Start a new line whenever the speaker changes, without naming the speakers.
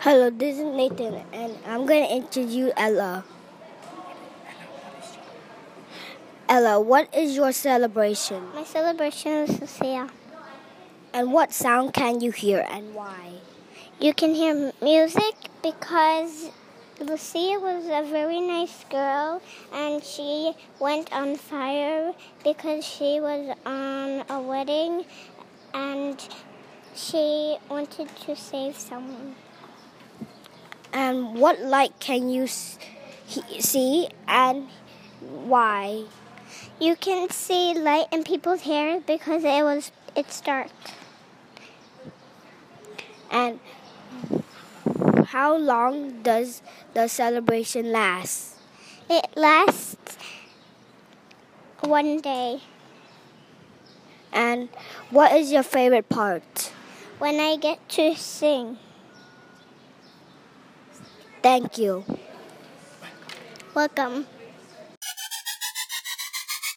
Hello, this is Nathan, and I'm going to introduce Ella. Ella, what is your celebration?
My celebration is Lucia.
And what sound can you hear and why?
You can hear music because Lucia was a very nice girl and she went on fire because she was on a wedding and she wanted to save someone.
And what light can you s- he- see and why?
You can see light in people's hair because it was it's dark.
And how long does the celebration last?
It lasts one day.
And what is your favorite part?
When I get to sing,
Thank you.
welcome.